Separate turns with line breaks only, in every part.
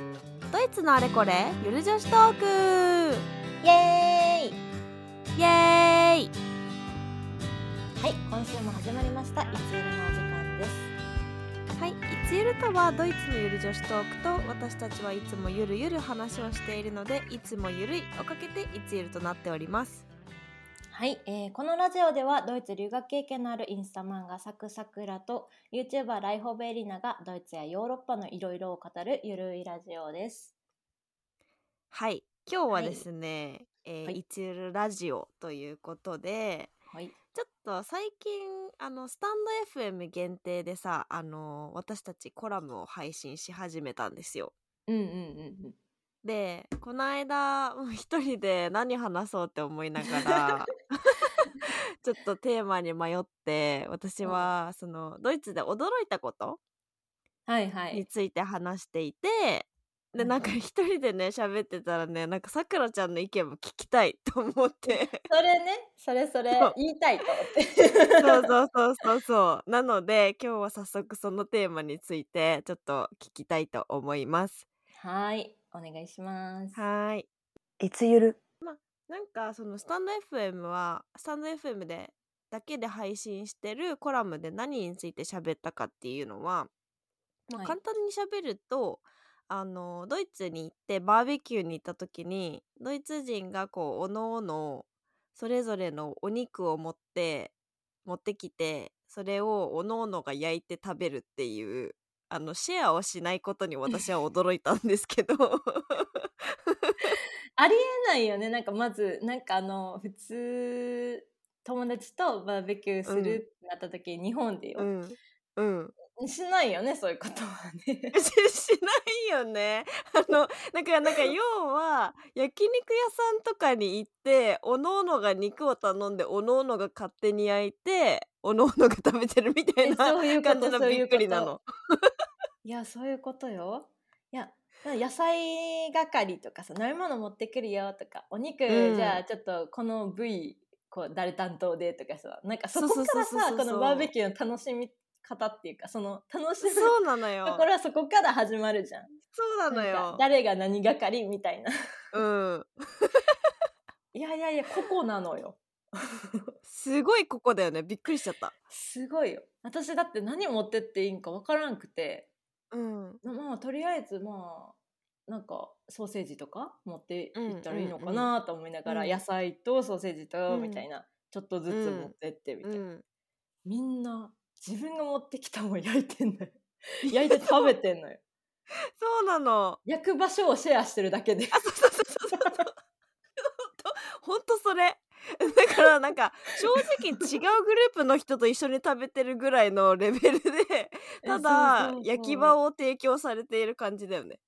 イツのあれこれゆる女子トーク
イエーイ
イエーイ
はい今週も始まりましたいつゆるのお時間です
はい、いつゆるとはドイツのゆる女子トークと私たちはいつもゆるゆる話をしているのでいつもゆるいをかけていつゆるとなっております
はい、えーこのラジオではドイツ留学経験のあるインスタ漫画「サクサクラ」と YouTuber ライホベエリナがドイツやヨーロッパのいろいろを語るゆるいラジオです
はい、今日ははいですね、いえー
はい
いつゆるラジオということで
はい
ちょっと最近あのスタンド FM 限定でさあの私たちコラムを配信し始めたんですよ
うんうんうん
でこの間もう一人で何話そうって思いなが ら ちょっとテーマに迷って私
うん
はそのドイツで驚いたこと
はいは
について話していてでなんか
うんうん
一人でね喋ってたらねなんかさくらちゃんの意見も聞きたいと思って
それねそれそれ
そう
言いたいと思っ て
そうそうそうそうそうなので今日は早速そのテーマについてちょっと聞きたいと思います。
はいお願いします
はーい
いつゆる
なんかそのスタンド FM はスタンド FM でだけで配信してるコラムで何について喋ったかっていうのは、まあ
はい
簡単に喋るとあのドイツに行ってバーベキューに行った時にドイツ人がこうおのおのそれぞれのお肉を持って持ってきてそれをおのおのが焼いて食べるっていうあのシェアをしないことに私は驚いたんです けど
ありえないよねなんかまずなんかあの普通友達とバーベキューするってなった時、日本でよ
う、んうん
しないよねそういうことはね
し しないよね。あのだからなんか要は焼肉屋さんとかに行っておのおのが肉を頼んでおのおのが勝手に焼いておのおのが食べてるみたい
え
な
そういうこ
感じ
と
の
そう
び
い
っ
うこ
く
と
りなの。
いやそういうことよいや野菜係とかさ飲み物持ってくるよとかお肉、
うん
じゃあちょっとこの部位こう誰担当でとかさなんかそ
そうそ
こ
う
から
そうそうそ
さ
う
このバーベキューの楽しみ方っていうかその楽し
そ
む
うなのよ
とこ。ろはそこから始まるじゃん
そうなの
なんか
よ。
誰が何係みたいな
うん。
いやいやいやここなのよ
すごいここだよね。びっくりしちゃった。
すごいよ私だって何持ってっていいんかわからんくて
うん。
まあとりあえずまあなんかソーセージとか持っていったらいいのかなと思いながら、
うん
野菜とソーセージと
うん
みたいな、ちょっとずつ持ってってみた
う
いな、
ん。
みんな自分が持ってきたもん焼いてんのよ焼いて食べてん のよ
そうなの。
焼く場所をシェアしてるだけで
ほんとそれ。 だからなんか正直違うグループの人と一緒に食べてるぐらいのレベルでただ焼き場
を
を提供されている感じだよね。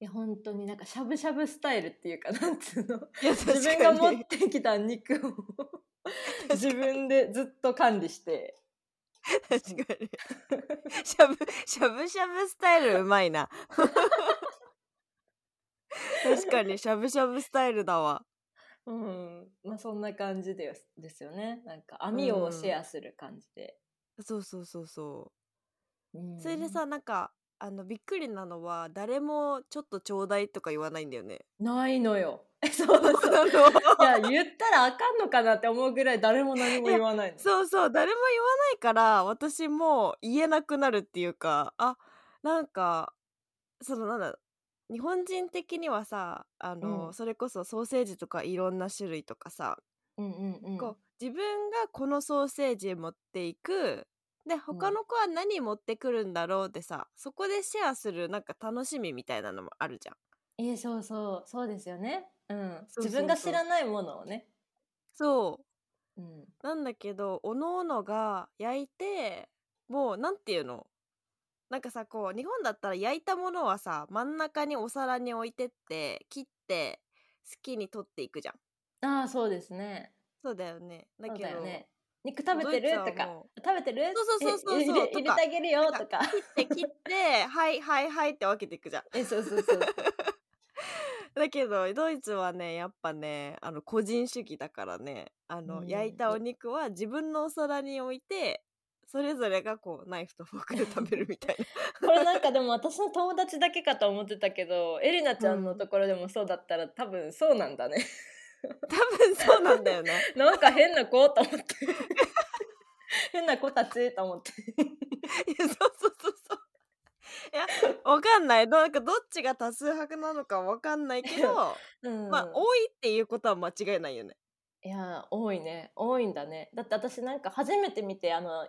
いや本当になんかしゃぶしゃぶスタイルっていうかなんつうの
いや 確
自分
か
が
に
持ってきた肉を自分でずっと管理して
確かに しゃぶしゃぶしゃぶスタイルうまいな。確かにしゃぶしゃぶスタイルだわ。
うん、まあそんな感じですですよねなんか網をシェアする感じで、
そうそうそうそう。
うん
それでさなんかあのびっくりなのは誰もちょっとちょうだいとか言わないんだよ ね。
ないのよえそう そう
あの
いや言ったらあかんのかなって思うぐらい誰も何も言わないの
そうそう誰も言わないから私も言えなくなるっていうかあなんかそのなんだ日本人的にはさあの、
うん
それこそソーセージとかいろんな種類とかさ、
うんうんうん
こう自分がこのソーセージ持っていくで他の子は何持ってくるんだろうってさ、そこでシェアするなんか楽しみみたいなのもあるじゃん。
えそうそうそうですよねうん
そうそうそう
自分が知らないものをね
そう
うん
なんだけどおのおのが焼いてもうなんていうのなんかさこう日本だったら焼いたものはさ真ん中にお皿に置いてって切って好きに取っていくじゃん
ああそうですね
そうだよねだ
そう
けど
だよね肉食べてる
ドイ
と
ツは
か
も
食べてる
そうそうそうそう
え
そ
入
うとか
れ 入れてあげるよとか
うで切って はいはいはいって分けていくじゃん
えそうそうそう
だけどドイツはねやっぱねあの個人主義だからねあの、
うん
焼いたお肉は自分のお皿に置いてそれぞれがこうナイフとフォークで食べるみたい な
これなんかでも私の友達だけかと思ってたけどエリナちゃんのところでもそうだったら、多分そうなんだね
多分そうなんだよね
なんか変な子と思って 変な子たちと思って
いやそうそうそうそう いやわかんないなんかどっちが多数派なのかわかんない けど、
うん
まあ多いっていうことは間違いないよね
いやー多いね多いんだねだって私なんか初めて見てあの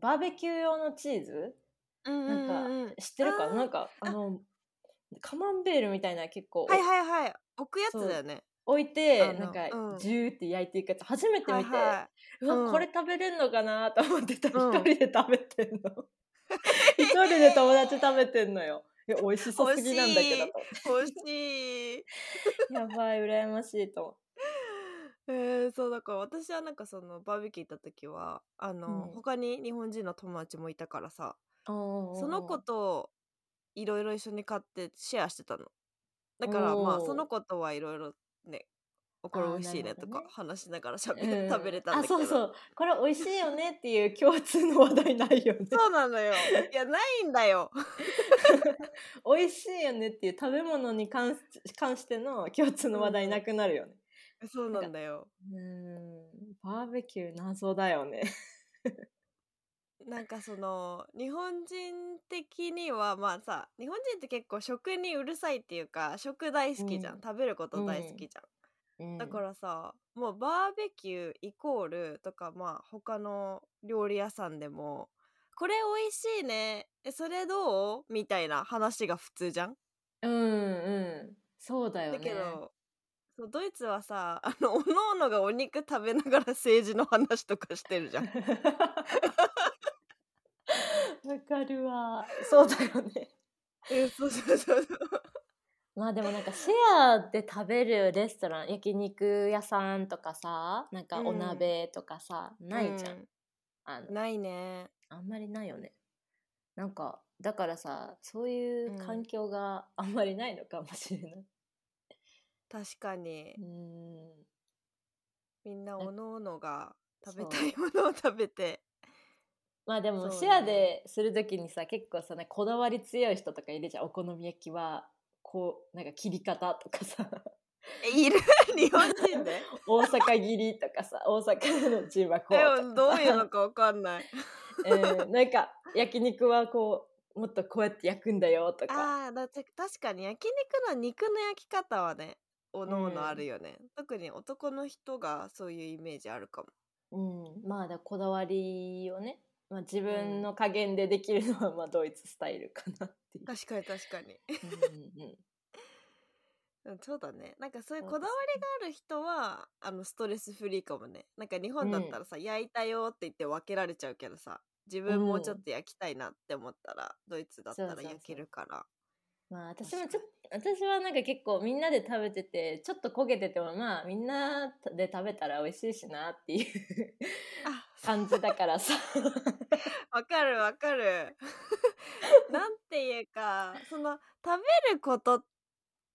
バーベキュー用のチーズ
うん
うんうん知ってるか
あー
なんかあのカマンベールみたいな結 構、
はいはいはい置くやつだよね
置いて
あの
なんか、
うん
ジューって焼いていくやつ初めて
はい
見て、
は
うわ、
うん
これ食べれんのかなと思ってた一、
うん
人で食べてんの 一人で友達食べてんのよいや美味しそうすぎなんだけどと
い欲しい
やばい羨ましいと思って
えー、そうだから私はなんかそのバーベキュー行った時はあの、
うん
他に日本人の友達もいたからさそ
そ
の子といろいろ一緒に買ってシェアしてたのだからまあ
おー
その子とはいろいろねおこれ
あー
美味しいね
なる
と
ほど
か
ね
話しながらしゃべ、
うん
食べれたんだけど
あそうそうこれ美味しいよねっていう共通の話題ないよね
そうなのよいやないんだ よ
美味しいよねっていう食べ物に関し関しての共通の話題なくなるよね
そうなんだ よ
うんバーベキュー謎だよね
なんかその日本人的にはまあさ日本人って結構食にうるさいっていうか食大好きじゃん、
うん
食べること大好きじゃんだからさもうバーベキューイコールとかまあ他の料理屋さんでもこれ美味しいねえそれどうみたいな話が普通じゃん
うんうんそうだよね
だけどそうドイツはさあのおのおのがお肉食べながら政治の話とかしてる じゃん
わかるわそうだよね
えそうそうそうそう
まあでもなんかシェアで食べるレストラン焼肉屋さんとかさなんかお鍋とかさ、ないじゃん、
う
あの
んないね
あんまりないよねなんかだからさそういう環境があんまりないのかもしれない、
確かに
うん、
みんな
なん
おのおのが食べた
そう
いものを食べて
まあでも
そう
シェアでする時にさ、結構さなんかこだわり強い人とかいるじゃんお好み焼きはこうなんか切り方とかさ
えいる 日本人で
大阪切りとかさ大阪のチームはこう
で
とか
もどういう
さ
のかわかんない
うんなんか焼肉はこうもっとこうやって焼くんだよとか
あーだって確かに焼肉の肉の焼き方はねおのお
うん
のあるよね、特に男の人がそういうイメージあるかも
うん、まあだこだわりをね、まあ、自
う
分
ん
の加減でできるのはまあドイツスタイルかなって いう。
確かに確かに
うんうん
うんそうだねなんかそういう
そう
こだわ
です
りがある人はあのストレスフリーかもねなんか日本だったらさ、焼いたよって言って分けられちゃうけどさ自分もちょっと焼きたいなって思ったら、ドイツだった
そう
ら
そうそう
焼けるから
まあ私もちょ
確
っと私はなんか結構みんなで食べててちょっと焦げててもまあみんなで食べたら美味しいしなっていう 感じだからさ。
あわかるわかる なんていうかその食べること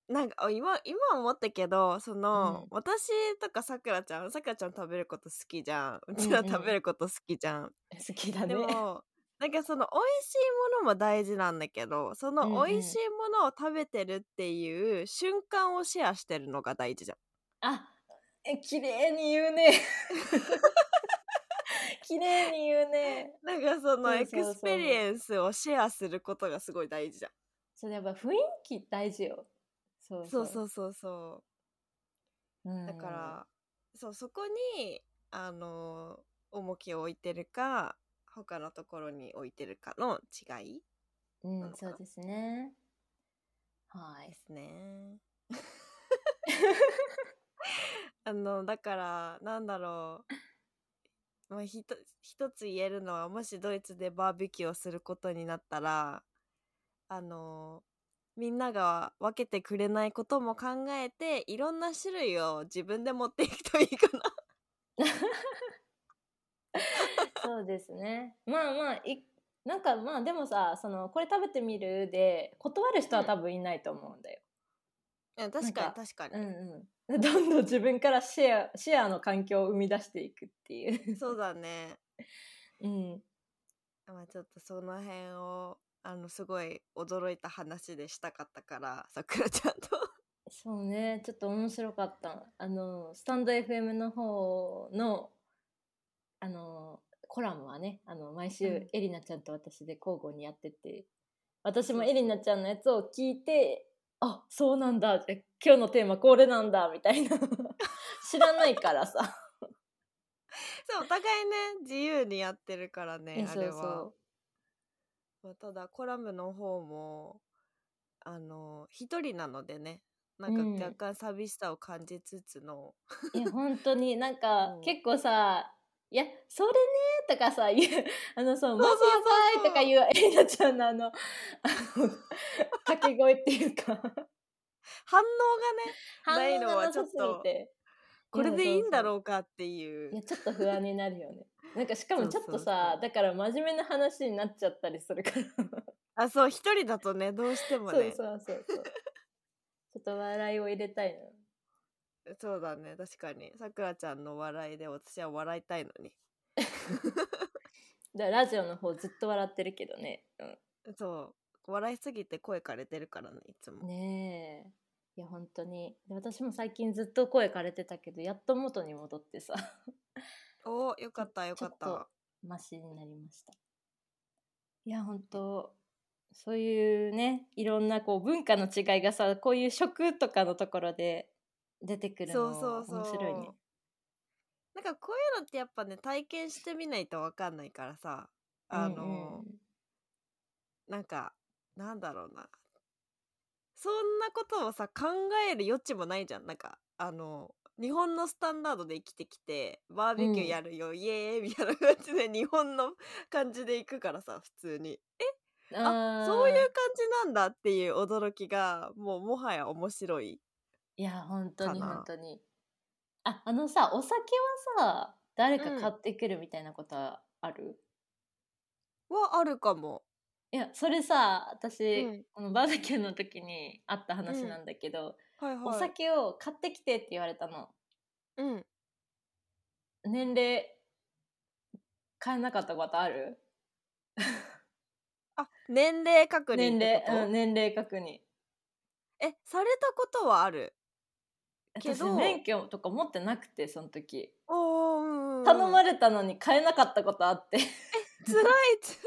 なんかあ今今思ったけどその、
うん
私とかさくらちゃんさくらちゃん食べること好きじゃんうち
う
ら
んうん
食べること好きじゃん、
好きだね
で。もなんかその美味しいものも大事なんだけどそ
うんう
の
ん
美味しいものを食べてるっていう瞬間をシェアしてるのが大事じゃん。
あえ綺麗に言うね。 綺麗に言うね。
なんかその
そう
エ
そうそう
クスペリエンスをシェアすることがすごい大事じゃん。
それやっぱ雰囲気大事よ。そう
そう
う。
そうそうそ
うん
う。だから、そうそこにあの重きを置いてるか他のところに置いてるかの違い
うん
なのか
そ
な
うですね。は
で
い。
す ね。あのだからなんだろう、まあ、ひと一つ言えるのはもしドイツでバーベキューをすることになったらあのみんなが分けてくれないことも考えていろんな種類を自分で持っていくといいかな。
そうですね。まあまあ、いなんかまあでもさ、そのこれ食べてみるで断る人は多分いないと思うんだよ。
うん確か
な
に
んか
確かに、
うんうん。どんどん自分からシェアシェアの環境を生み出していくっていう。
そうだね
うん。
まあちょっとその辺をあのすごい驚いた話でしたかったからさくらちゃんと
そうねちょっと面白かったあのスタンド FM の方のあのコラムはねあの毎
う
週
ん
エリナちゃんと私で交互にやってて私もエリナちゃんのやつを聞いてあそうなんだえ今日のテーマこれなんだみたいな 知らないからさ
そうお互いね自由にやってるから ね
え
あ
そう
れは
そう
まあただコラムの方もあの一人なのでねな
うん
んか若干寂しさを感じつつの、
いや本当になんか、
うん
結構さ「いやそれね」とかさ言う あのそう「マジ
そうそう
やばい」とか言う エリナちゃんのあのあの掛け声っていう
反
か
応がねな
反
い
応
の
が
は
な
ちょ
さ
っ
す
と
ぎて
これでいいんだろ
う
うかっていう
いやちょっと不安になるよねなんかしかもちょっと
そうそう
さ
そう
だから真面目な話になっちゃったりするから
あそう一人だとねどうしても
そう
ね
そうそうそうちょっと笑いを入れたいの
そうだね確かにさくらちゃんの笑いで私は笑いたいのに
だからラジオの方ずっと笑ってるけどね、うん、
そう笑いすぎて声枯れてるからねいつも、
ねえいや本当にで私も最近ずっと声枯れてたけどやっと元に戻ってさ
おーよかったよかっ
ちょっと
た
マシになりましたいや本当そういうねいろんなこう文化の違いがさこういう食とかのところで出てくるの
そうそうそう
面白いね
なんかこういうのってやっぱね体験してみないとわかんないからさあのー、なんかなんだろうなそんなことをさ考える余地もないじゃんなんかあの日本のスタンダードで生きてきてバーベキューやるよ、イエーイみたいな感じで日本の感じで行くからさ普通に
うんうん、
あ
ー
そういう感じなんだっていう驚きがもうもはや面白い
いや本当に
かな
本当にああのさお酒はさ誰か
うん
買ってくるみたいなことはある、
はあるかも。
いやそれさ私、
うん
このバーベキューの時にあった話なんだけど、
はいはい、
お酒を買ってきてって言われたの
うん
年齢買えなかったことある
あ年齢確認
年
っ
齢
て、こと、
うん、年齢確認
えされたことはあるけ
私
ど
免許とか持ってなくてその時
おーうんうんうん
頼まれたのに買えなかったことあって
つらいつ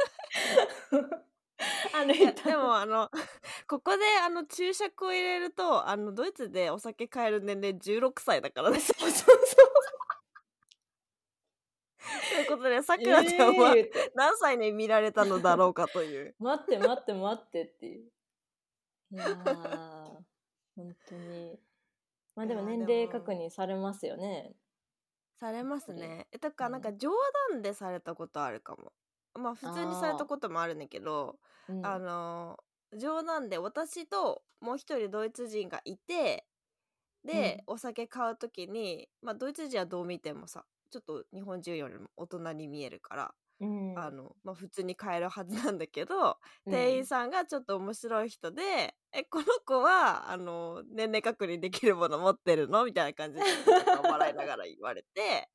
歩
いや
いた
でも あのここであの注釈を入れるとあのドイツでお酒買える年齢16歳だからです。
そうそう
ということでさ
え
くらちゃんは
ーって
何歳に見られたのだろうかという
待って待って待ってっていう。いやー、 本当に。まあでも
いやー
年
で
齢
も
確認されますよね。
されますね。えとか
うん
なんか冗談でされたことあるかも。まあ普通にされたこともあるんだけど
うん、
あの冗談で私ともう一人ドイツ人がいてで、お酒買う時に、まあ、ドイツ人はどう見てもさちょっと日本人よりも大人に見えるから、
うん、
あのまあ、普通に買えるはずなんだけど、店員さんがちょっと面白い人で「えこの子はあの年齢確認できるもの持ってるの?」みたいな感じでなんか笑いながら言われて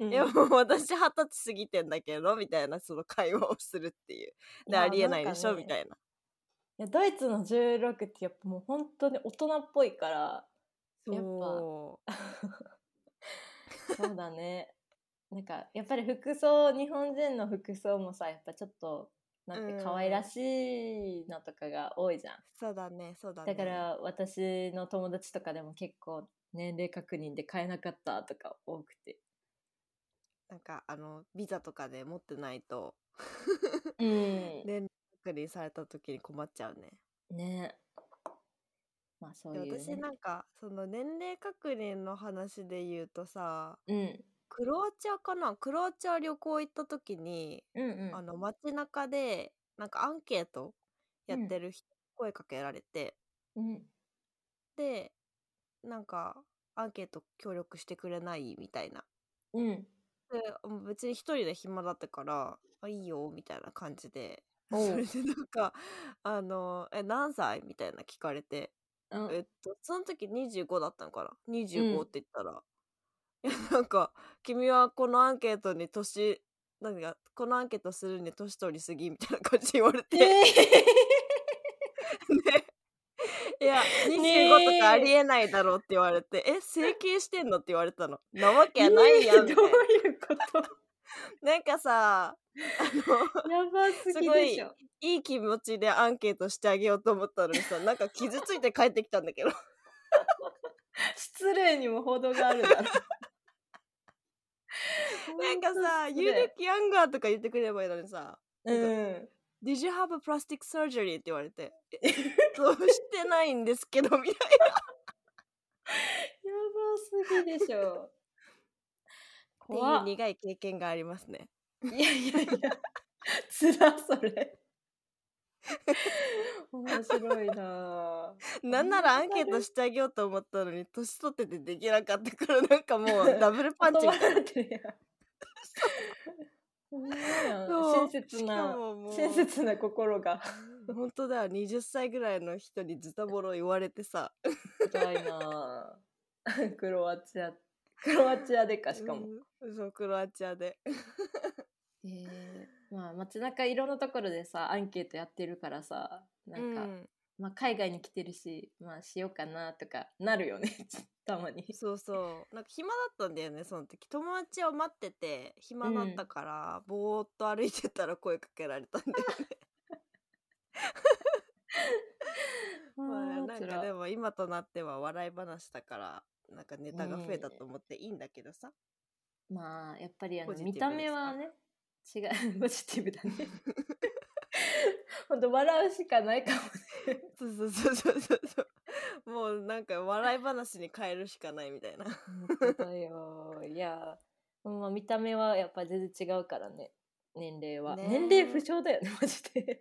う
「
ん、
いやも う私二十歳過ぎてんだけど」みたいなその会話をするっていう「でありえないでしょ」み
い
たいな。
や。ドイツの16ってやっぱもう本当に大人っぽいから、やっぱ
そう
そうだね。 なんかやっぱり服装、日本人の服装もさ、やっぱちょっと、なん
うん
か可愛らしいのとかが多いじゃん。
そうだね、そうだね。
だから私の友達とかでも結構年齢確認で買えなかったとか多くて。
なんか、あの、ビザとかで持ってないと、
うん
年齢確認された時に困っちゃうね。
ね。まあそう
で
いう、ね。
私なんか、その年齢確認の話で言うとさ、
うん。
クロアチアかなクロアチア旅行行った時に、
うんうん。
あの、街中で、なんかアンケートやってる人、声かけられて、
うん、
で、なんか、アンケート協力してくれないみたいな。
うん。
でもう別に一人で暇だったから「あいいよ」みたいな感じで
おう
それでなんか「あのえ何歳?」みたいな聞かれて
あ
えっとその時25だったのかな25
うん
って言ったら、いやなんか「君はこのアンケートに年なんかこのアンケートするに年取りすぎみたいな感じで言われて、ね、いや25とかありえないだろうって言われて、え整形してんのって言われたのなわけないやんみた
ねえ
い
どう
な
いうこと
なんかさあの
やばすぎでしょ
いい気持ちでアンケートしてあげようと思ったのにさなんか傷ついて帰ってきたんだけど
失礼にも程があ るだろ
なんかさ「
失
ユ
礼
ーリキ・ヤンガー」とか言ってくれればいいのにさ
うん
「Did you have a plastic surgery?」って言われて「 えそうしてないんですけど」みたいな
やばすぎでしょ。
ってい
怖
う
っ
苦い経験がありますね。
いやいやいや、つらそれ。面白いな
なんならアンケートしてあげようと思ったのに年取っててできなかったからなんかもうダブルパ
ぁ。
ンチ
断
みたい
られてるやん。ほんまやん
な。
親切
し
な
か、ももう
親切な心が。
本当だよ20歳ぐらいの人にズタボロ言われてさ
辛いなぁ。クロアチア、クロアチアでか、しかも。
うんそうクロアチアで
えーまあ街中いろんなところでさ、アンケートやってるからさ、なんか、
うん
まあ、海外に来てるし、まあ、しようかなとかなるよね たまに
そうそうなんか暇だったんだよねその時友達を待ってて暇だったから、ぼーっと歩いてたら声かけられたんだよねま あなんかで
も
も今となっては笑い話だからなんかネタが増えたと思っていいんだけどさ、
まあやっぱりあの
ポジティブ
見た目はね違う ポジティブだねほんと笑うしかないかもね
そうそうそうそうそうそう もうなんか笑い話に変えるしかないみたいな
本当だよいやまあ見た目はやっぱ全然違うからね年齢は、
ねえ
年齢不詳だよねマジで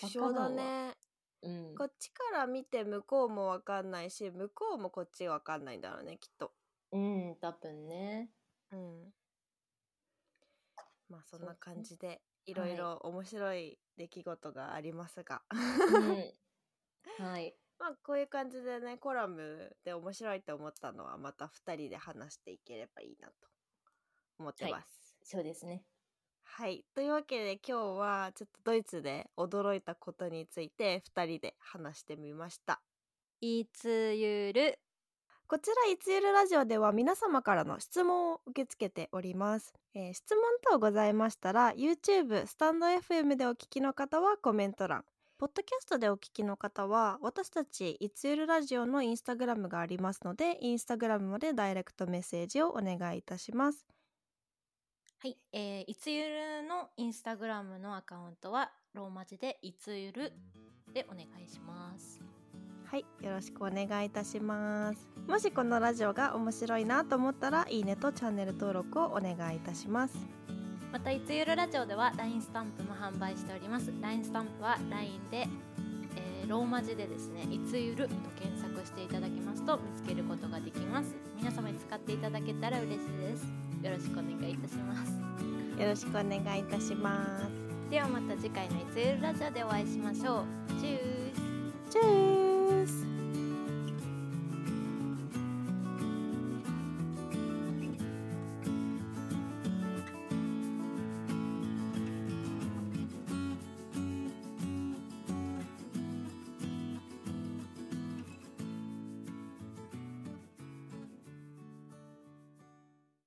不詳だね
うん
こっちから見て向こうもわかんないし向こうもこっちわかんないんだろうねきっと
うん多分ね
うんまあそん
そう
な
ね
感じでいろいろ面白い出来事があります が、
うん はい
まあこういう感じでねコラムで面白いと思ったのはまた2人で話していければいいなと思ってます。
そうですね
はい、というわけで今日はちょっとドイツで驚いたことについて2人で話してみました。
いつゆる
こちらいつゆるラジオでは皆様からの質問を受け付けております、えー質問等ございましたら YouTube スタンド FM でお聞きの方はコメント欄ポッドキャストでお聞きの方は私たちいつゆるラジオのインスタグラムがありますのでインスタグラムまでダイレクトメッセージをお願いいたします
はい、えーいつゆるのインスタグラムのアカウントはローマ字でいつゆるでお願いします。
はいよろしくお願いいたしますもしこのラジオが面白いなと思ったらいいねとチャンネル登録をお願いいたします
またいつゆるラジオでは LINE スタンプも販売しております。LINE スタンプは LINE で、えーローマ字でですね、いつゆると検索していただきますと見つけることができます。皆様に使っていただけたら嬉しいです。よろしくお願いいたします。
よろしくお願いいたします
ではまた次回のいつゆるラジオでお会いしましょう。チュース。
Tschüss.